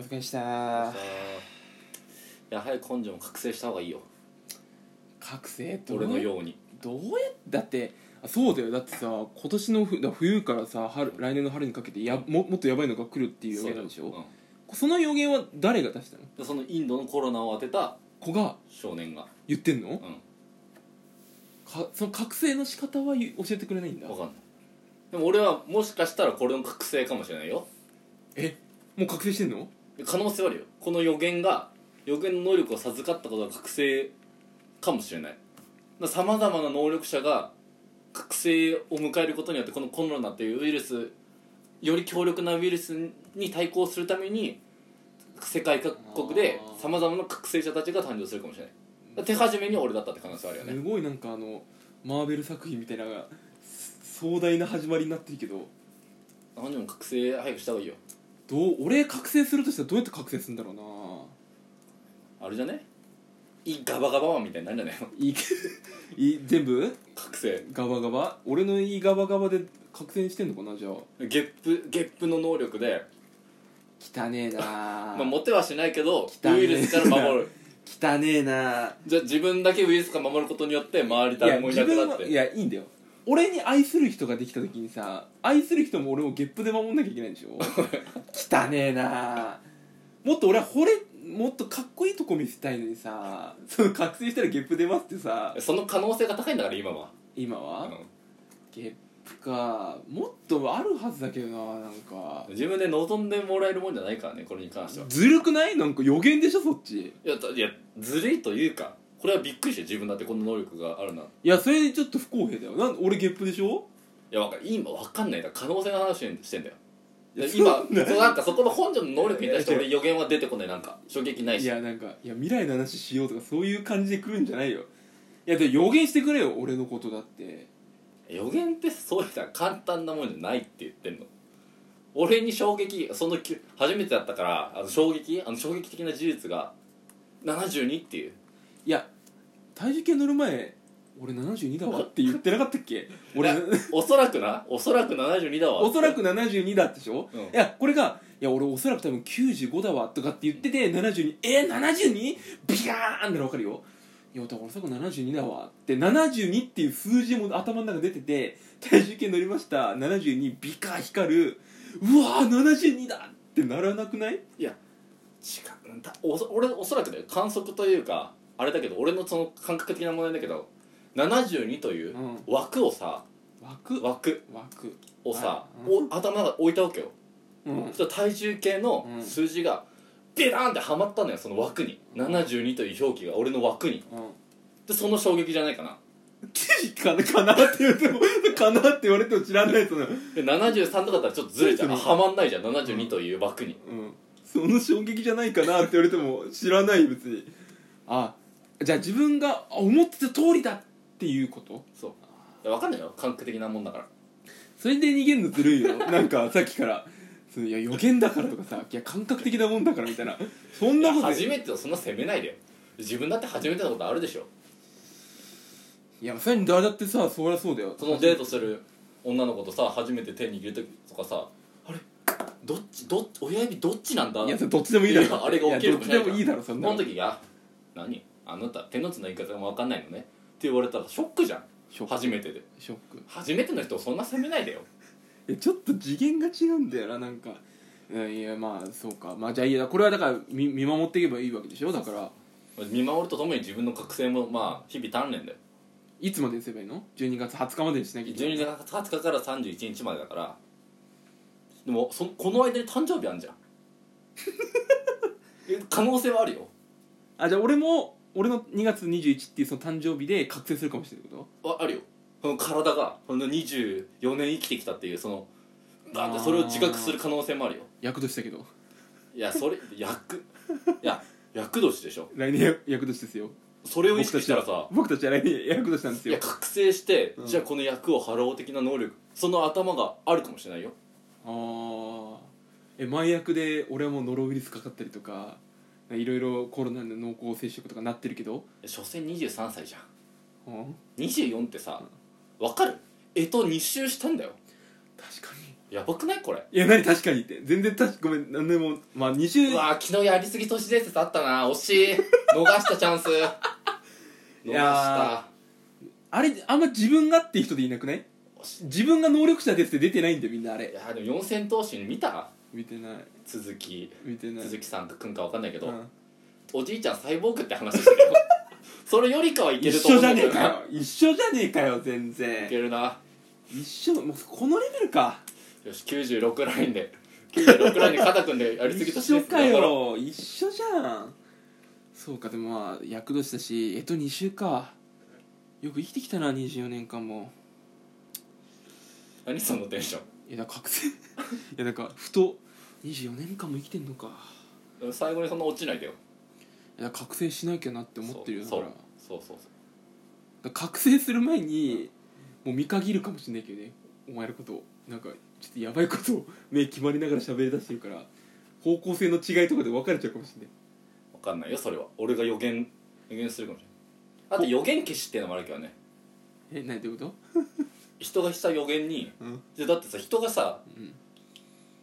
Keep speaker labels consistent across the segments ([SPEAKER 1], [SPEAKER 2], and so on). [SPEAKER 1] 疲れした
[SPEAKER 2] いや早く根性も覚醒した方がいいよ
[SPEAKER 1] 覚醒どう
[SPEAKER 2] 俺のように
[SPEAKER 1] どうやだってあそうだよだってさ今年のふだ冬からさ春来年の春にかけてやももっとやばいのが来るっていう予言なんでしょそ
[SPEAKER 2] そ
[SPEAKER 1] う
[SPEAKER 2] だ
[SPEAKER 1] の
[SPEAKER 2] よ
[SPEAKER 1] 予言は誰が出したの
[SPEAKER 2] うんでそのインドのコロナを当てた
[SPEAKER 1] 子が
[SPEAKER 2] 少年が
[SPEAKER 1] 言ってんの
[SPEAKER 2] う
[SPEAKER 1] かその覚醒の仕方はゆ教えてくれないんだ
[SPEAKER 2] ん分かんないでも俺はもしかしたらこれの覚醒かもしれないよ
[SPEAKER 1] えもう覚醒してんの
[SPEAKER 2] で可能性はあるよこの予言が予言の能力を授かったことが覚醒かもしれないさまざまな能力者が覚醒を迎えることによってこのコロナというウイルスより強力なウイルスに対抗するために世界各国で
[SPEAKER 1] あー
[SPEAKER 2] さまざまな覚醒者たちが誕生するかもしれないだから手始めに俺だったって可能性はあるよね
[SPEAKER 1] すごいなんかあのマーベル作品みたいなのがす壮大な始まりになってるけど
[SPEAKER 2] 何でも覚醒早くした方がいいよ
[SPEAKER 1] どう俺覚醒するとしたらどうやって覚醒するんだろうな
[SPEAKER 2] あれじゃねいいガバガバマンみたいになるんじゃないの
[SPEAKER 1] いいいい全部
[SPEAKER 2] 覚醒
[SPEAKER 1] ガバガバ俺のいいガバガバで覚醒してんのかなじゃあ
[SPEAKER 2] ゲップゲップの能力で
[SPEAKER 1] 汚ねえ な
[SPEAKER 2] まあ、モテはしないけど
[SPEAKER 1] 汚
[SPEAKER 2] ウ
[SPEAKER 1] ね
[SPEAKER 2] イルスから守る
[SPEAKER 1] 汚ねえな
[SPEAKER 2] じゃあ自分だけウイルスから守ることによって周り
[SPEAKER 1] いや
[SPEAKER 2] 誰もい
[SPEAKER 1] 自
[SPEAKER 2] なく
[SPEAKER 1] 分
[SPEAKER 2] なっ
[SPEAKER 1] は
[SPEAKER 2] て
[SPEAKER 1] いやいいんだよ俺に愛する人ができた時にさ愛する人も俺もゲップで守んなきゃいけないんでしょ 汚ねえなもっと俺は惚れもっとかっこいいとこ見せたいのにさその覚醒したらゲップ出ますってさ
[SPEAKER 2] その可能性が高いんだから今は
[SPEAKER 1] 今は、
[SPEAKER 2] う
[SPEAKER 1] ゲップかもっとあるはずだけどななんか
[SPEAKER 2] ん自分で望んでもらえるもんじゃないからねこれに関しては
[SPEAKER 1] ずるくないなんか予言でしょそっち
[SPEAKER 2] いやだいやずるいというかこれはびっくりして自分だってこんな能力があるない
[SPEAKER 1] いやそれちょっと不公平だよなん俺ゲップでしょ
[SPEAKER 2] やわか今わかんないだから可能性の話してんだよ
[SPEAKER 1] いや
[SPEAKER 2] 今
[SPEAKER 1] そんな
[SPEAKER 2] そうなんかそこの本庄の能力に対して
[SPEAKER 1] いや
[SPEAKER 2] 俺予言は出てこないなんか衝撃ない
[SPEAKER 1] い
[SPEAKER 2] し
[SPEAKER 1] やなんかいや未来の話しようとかそういう感じで来るんじゃないよいやで予言してくれよ俺のことだって
[SPEAKER 2] 予言ってそういうさ簡単なもんじゃないって言ってんの俺に衝撃そのき初めてだったからあの衝撃あの衝撃的な事実が72っていう
[SPEAKER 1] いや体重計乗る前俺72だわって言ってなかったっけ俺
[SPEAKER 2] いやおそらくなおそらく72だわ
[SPEAKER 1] おそらく72だってでしょ、
[SPEAKER 2] うん
[SPEAKER 1] いやこれがいや俺おそらく多分95だわとかって言ってて72えー、72? ビヤーンなら分かるよいやだからおそらく72だわって72っていう数字も頭の中出てて体重計乗りました72ビカ光るうわー72だってならなくない
[SPEAKER 2] いや違うんだおそ俺おそらくだよ観測というかあれだけど俺のその感覚的な問題だけど72という
[SPEAKER 1] うん
[SPEAKER 2] 枠をさ
[SPEAKER 1] 枠
[SPEAKER 2] 枠
[SPEAKER 1] 枠
[SPEAKER 2] をさ、
[SPEAKER 1] はい
[SPEAKER 2] お頭の中に置いたわけよ
[SPEAKER 1] うん
[SPEAKER 2] そしたら体重計の
[SPEAKER 1] うん
[SPEAKER 2] 数字がビラーンってはまったのよその枠に72という表記が俺の枠にでその衝撃じゃないかな
[SPEAKER 1] かなかなって言うても かなって言われても知らないとな
[SPEAKER 2] で73とかだったらちょっとずれちゃうあ
[SPEAKER 1] そうです
[SPEAKER 2] はまんないじゃん72という枠に
[SPEAKER 1] うんその衝撃じゃないかなって言われても知らない別にあじゃあ自分が思ってた通りだっていうこと
[SPEAKER 2] そういやわかんないよ感覚的なもんだから
[SPEAKER 1] それで逃げんのずるいよなんかさっきからそのいや予言だからとかさいや感覚的なもんだからみたいなそん
[SPEAKER 2] い
[SPEAKER 1] な
[SPEAKER 2] や
[SPEAKER 1] こと
[SPEAKER 2] 初めてをそんな責めないでよ自分だって初めてのことあるでしょ
[SPEAKER 1] いやそれに誰だってさそりゃそうだよ
[SPEAKER 2] そのデートする女の子とさ初めて手握る時とかさあれどっちどっち親指どっちなんだ
[SPEAKER 1] いやそれどっちでもいいだ
[SPEAKER 2] いや
[SPEAKER 1] ろ
[SPEAKER 2] あれが起き
[SPEAKER 1] い
[SPEAKER 2] る
[SPEAKER 1] やどっちでもいいだろそんな
[SPEAKER 2] この時が「何あなた手のつなぎ方も分かんないのね」って言われたらショックじゃん
[SPEAKER 1] ショック
[SPEAKER 2] 初めてで
[SPEAKER 1] ショック
[SPEAKER 2] 初めての人をそんな責めないでよ
[SPEAKER 1] えちょっと次元が違うんだよななんかうんいやまあそうかまあじゃあいいやこれはだから見見守っていけばいいわけでしょだから
[SPEAKER 2] 見守るとともに自分の覚醒もまあ日々鍛錬だよ
[SPEAKER 1] いつまでにすればいいの12月20日までにしなきゃいけない
[SPEAKER 2] 12月20日から31日までだからでもそこの間に誕生日あんじゃ んえ可能性はあるよ
[SPEAKER 1] あじゃあ俺も俺の2月21っていうその誕生日で覚醒するかもしれないってこ
[SPEAKER 2] ああるよその体がその24年生きてきたっていうそのだってそれを自覚する可能性もあるよ
[SPEAKER 1] と役年だけど
[SPEAKER 2] いやそれ役いや役年でしょ
[SPEAKER 1] 来年役年ですよ
[SPEAKER 2] それを意識したらさ
[SPEAKER 1] 僕たちは来年役年なんです
[SPEAKER 2] いや
[SPEAKER 1] よ
[SPEAKER 2] 覚醒して、
[SPEAKER 1] うん
[SPEAKER 2] じゃあこの役を張ろう的な能力その頭があるかもしれないよ
[SPEAKER 1] ああえ前役で俺はもうノロウイルスかかったりとかいろいろコロナの濃厚接触とかなってるけど、
[SPEAKER 2] 所詮23歳じゃん
[SPEAKER 1] うん、
[SPEAKER 2] 24ってさわかるえと2周したんだよ
[SPEAKER 1] 確かに
[SPEAKER 2] やばくないこれ
[SPEAKER 1] いや何確かにって全然確かごめん何でもまあ20
[SPEAKER 2] うわー昨日やりすぎ都市伝説あったな惜しい逃したチャ ンス逃し
[SPEAKER 1] や
[SPEAKER 2] た
[SPEAKER 1] あれあんま自分がっていう人でいなくない
[SPEAKER 2] 惜し
[SPEAKER 1] 自分が能力者ですって出てないんだよみんなあ
[SPEAKER 2] い
[SPEAKER 1] れ
[SPEAKER 2] やーでも四千頭身見た
[SPEAKER 1] 見てない
[SPEAKER 2] 続き
[SPEAKER 1] 見てない
[SPEAKER 2] 鈴木さんかくんかわかんないけど、
[SPEAKER 1] うん
[SPEAKER 2] おじいちゃんサイボーグって話してるよ それよりかはいけ
[SPEAKER 1] 一
[SPEAKER 2] ると思
[SPEAKER 1] 緒
[SPEAKER 2] うん
[SPEAKER 1] じゃね
[SPEAKER 2] だけ
[SPEAKER 1] え
[SPEAKER 2] ど
[SPEAKER 1] か
[SPEAKER 2] な
[SPEAKER 1] よ一緒じゃねえかよ全
[SPEAKER 2] いけ
[SPEAKER 1] 然
[SPEAKER 2] るな
[SPEAKER 1] 一緒もうこのレベルか
[SPEAKER 2] よし96ラインで96ラインで肩組んでやりすぎ
[SPEAKER 1] 一
[SPEAKER 2] として
[SPEAKER 1] 緒かよ一緒じゃんそうかでもまあ役年だしえっと2週かよく生きてきたな24年間も
[SPEAKER 2] 何そのテンショ
[SPEAKER 1] いやだから覚 醒いやなんかふと24年間も生きてんのか
[SPEAKER 2] ン最後にそんな落ちないでよ
[SPEAKER 1] いや覚醒しなきゃなって思ってるよだ
[SPEAKER 2] そ
[SPEAKER 1] か
[SPEAKER 2] う
[SPEAKER 1] ら
[SPEAKER 2] そうそうそうそ
[SPEAKER 1] だから覚醒する前にもう見限るかもしれないけどねお前のことをなんかちょっとやばいことを目決まりながら喋り出してるから方向性の違いとかで分かれちゃうかもしれないう
[SPEAKER 2] 分かんないよそれは俺が予言予言するかもしれないあと予言消しっていうのもあるけどね
[SPEAKER 1] え何どういうこと
[SPEAKER 2] 人がした予言に
[SPEAKER 1] うん
[SPEAKER 2] じゃあだってさ人がさ
[SPEAKER 1] うん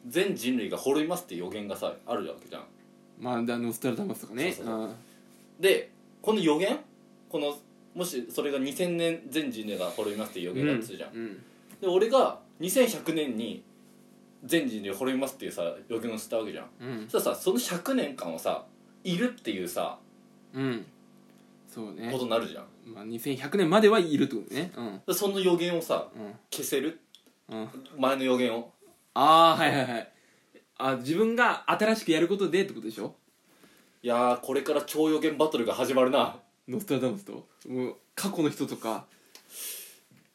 [SPEAKER 2] 全人類が滅びますっていう予言がさあるわけじゃん
[SPEAKER 1] まああのスタルダマスとかね
[SPEAKER 2] そうそう
[SPEAKER 1] うん
[SPEAKER 2] でこの予言このもしそれが2000年全人類が滅びますっていう予言だとするじゃん、
[SPEAKER 1] うん
[SPEAKER 2] で俺が2100年に全人類滅びますっていうさ予言をしたわけじゃん
[SPEAKER 1] うん
[SPEAKER 2] そしたらさその100年間はさいるっていうさ
[SPEAKER 1] うんそうね
[SPEAKER 2] ことになるじゃん
[SPEAKER 1] まあ2100年まではいるってことねうん
[SPEAKER 2] でその予言をさ
[SPEAKER 1] うん
[SPEAKER 2] 消せる
[SPEAKER 1] うん
[SPEAKER 2] 前の予言を
[SPEAKER 1] ああはいはいはいあ自分が新しくやることでってことでしょ
[SPEAKER 2] いやーこれから超予言バトルが始まるな
[SPEAKER 1] ノストラダムスともう過去の人とか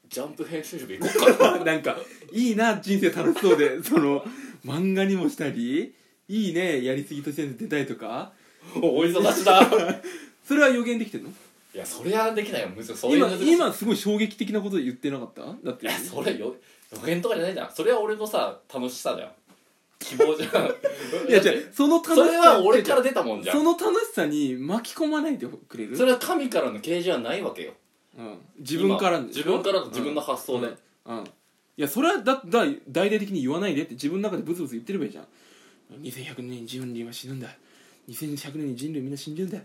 [SPEAKER 2] ジャンプ編集職行こっ か
[SPEAKER 1] なんかいいな人生楽しそうでその漫画にもしたりいいねやりすぎとして出たいとか
[SPEAKER 2] お忙しだ
[SPEAKER 1] それは予言できてるの
[SPEAKER 2] いやそりゃできないよむずそういう
[SPEAKER 1] 今
[SPEAKER 2] 難しい
[SPEAKER 1] 今すごい衝撃的なこと言ってなかっただっ
[SPEAKER 2] い
[SPEAKER 1] て
[SPEAKER 2] やそれよ予言とかじゃないじゃんそれは俺のさ楽しさだよ希望じゃん
[SPEAKER 1] いやじゃその楽しさ
[SPEAKER 2] それは俺から出たもんじゃ
[SPEAKER 1] そ
[SPEAKER 2] ん
[SPEAKER 1] の楽しさに巻き込まないでくれる
[SPEAKER 2] それは神からの啓示はないわけよ
[SPEAKER 1] うん、自分から
[SPEAKER 2] 今自分から自分の発想で、
[SPEAKER 1] うんうんいやそれはだだ大々的に言わないでって自分の中でブツブツ言ってればいいじゃん2100年に人類は死ぬんだ2100年に人類みんな死んじゃうんだ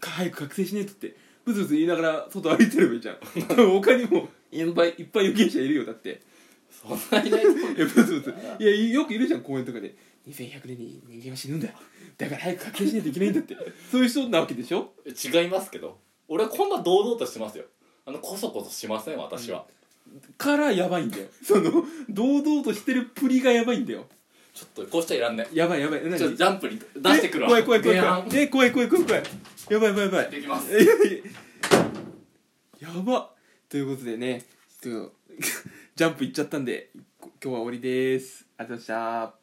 [SPEAKER 1] 早く覚醒しねえとってブツブツ言いながら外歩いてればいいじゃん多分他にもいっぱいいっぱい預言者いるよだって
[SPEAKER 2] そんなにない
[SPEAKER 1] いやブツブツいやよくいるじゃん公園とかで2100年に人間は死ぬんだだから早く覚醒しないといけないんだってそういう人なわけでしょ
[SPEAKER 2] 違いますけど俺はこんな堂々としてますよあのこそこそしません私は、
[SPEAKER 1] からやばいんだよその堂々としてるプリがやばいんだよ
[SPEAKER 2] ちょっとこうしちゃいらんね
[SPEAKER 1] やばいやばい何
[SPEAKER 2] ちょっとジャンプに出してくるわ
[SPEAKER 1] え怖い怖い怖い
[SPEAKER 2] 提
[SPEAKER 1] 怖
[SPEAKER 2] 案
[SPEAKER 1] いえ怖い怖い怖い怖いやばいや ばいやばい
[SPEAKER 2] できます
[SPEAKER 1] えやばということで ねちょっとジャンプいっちゃったんでこ今日は終わりですありがとうございました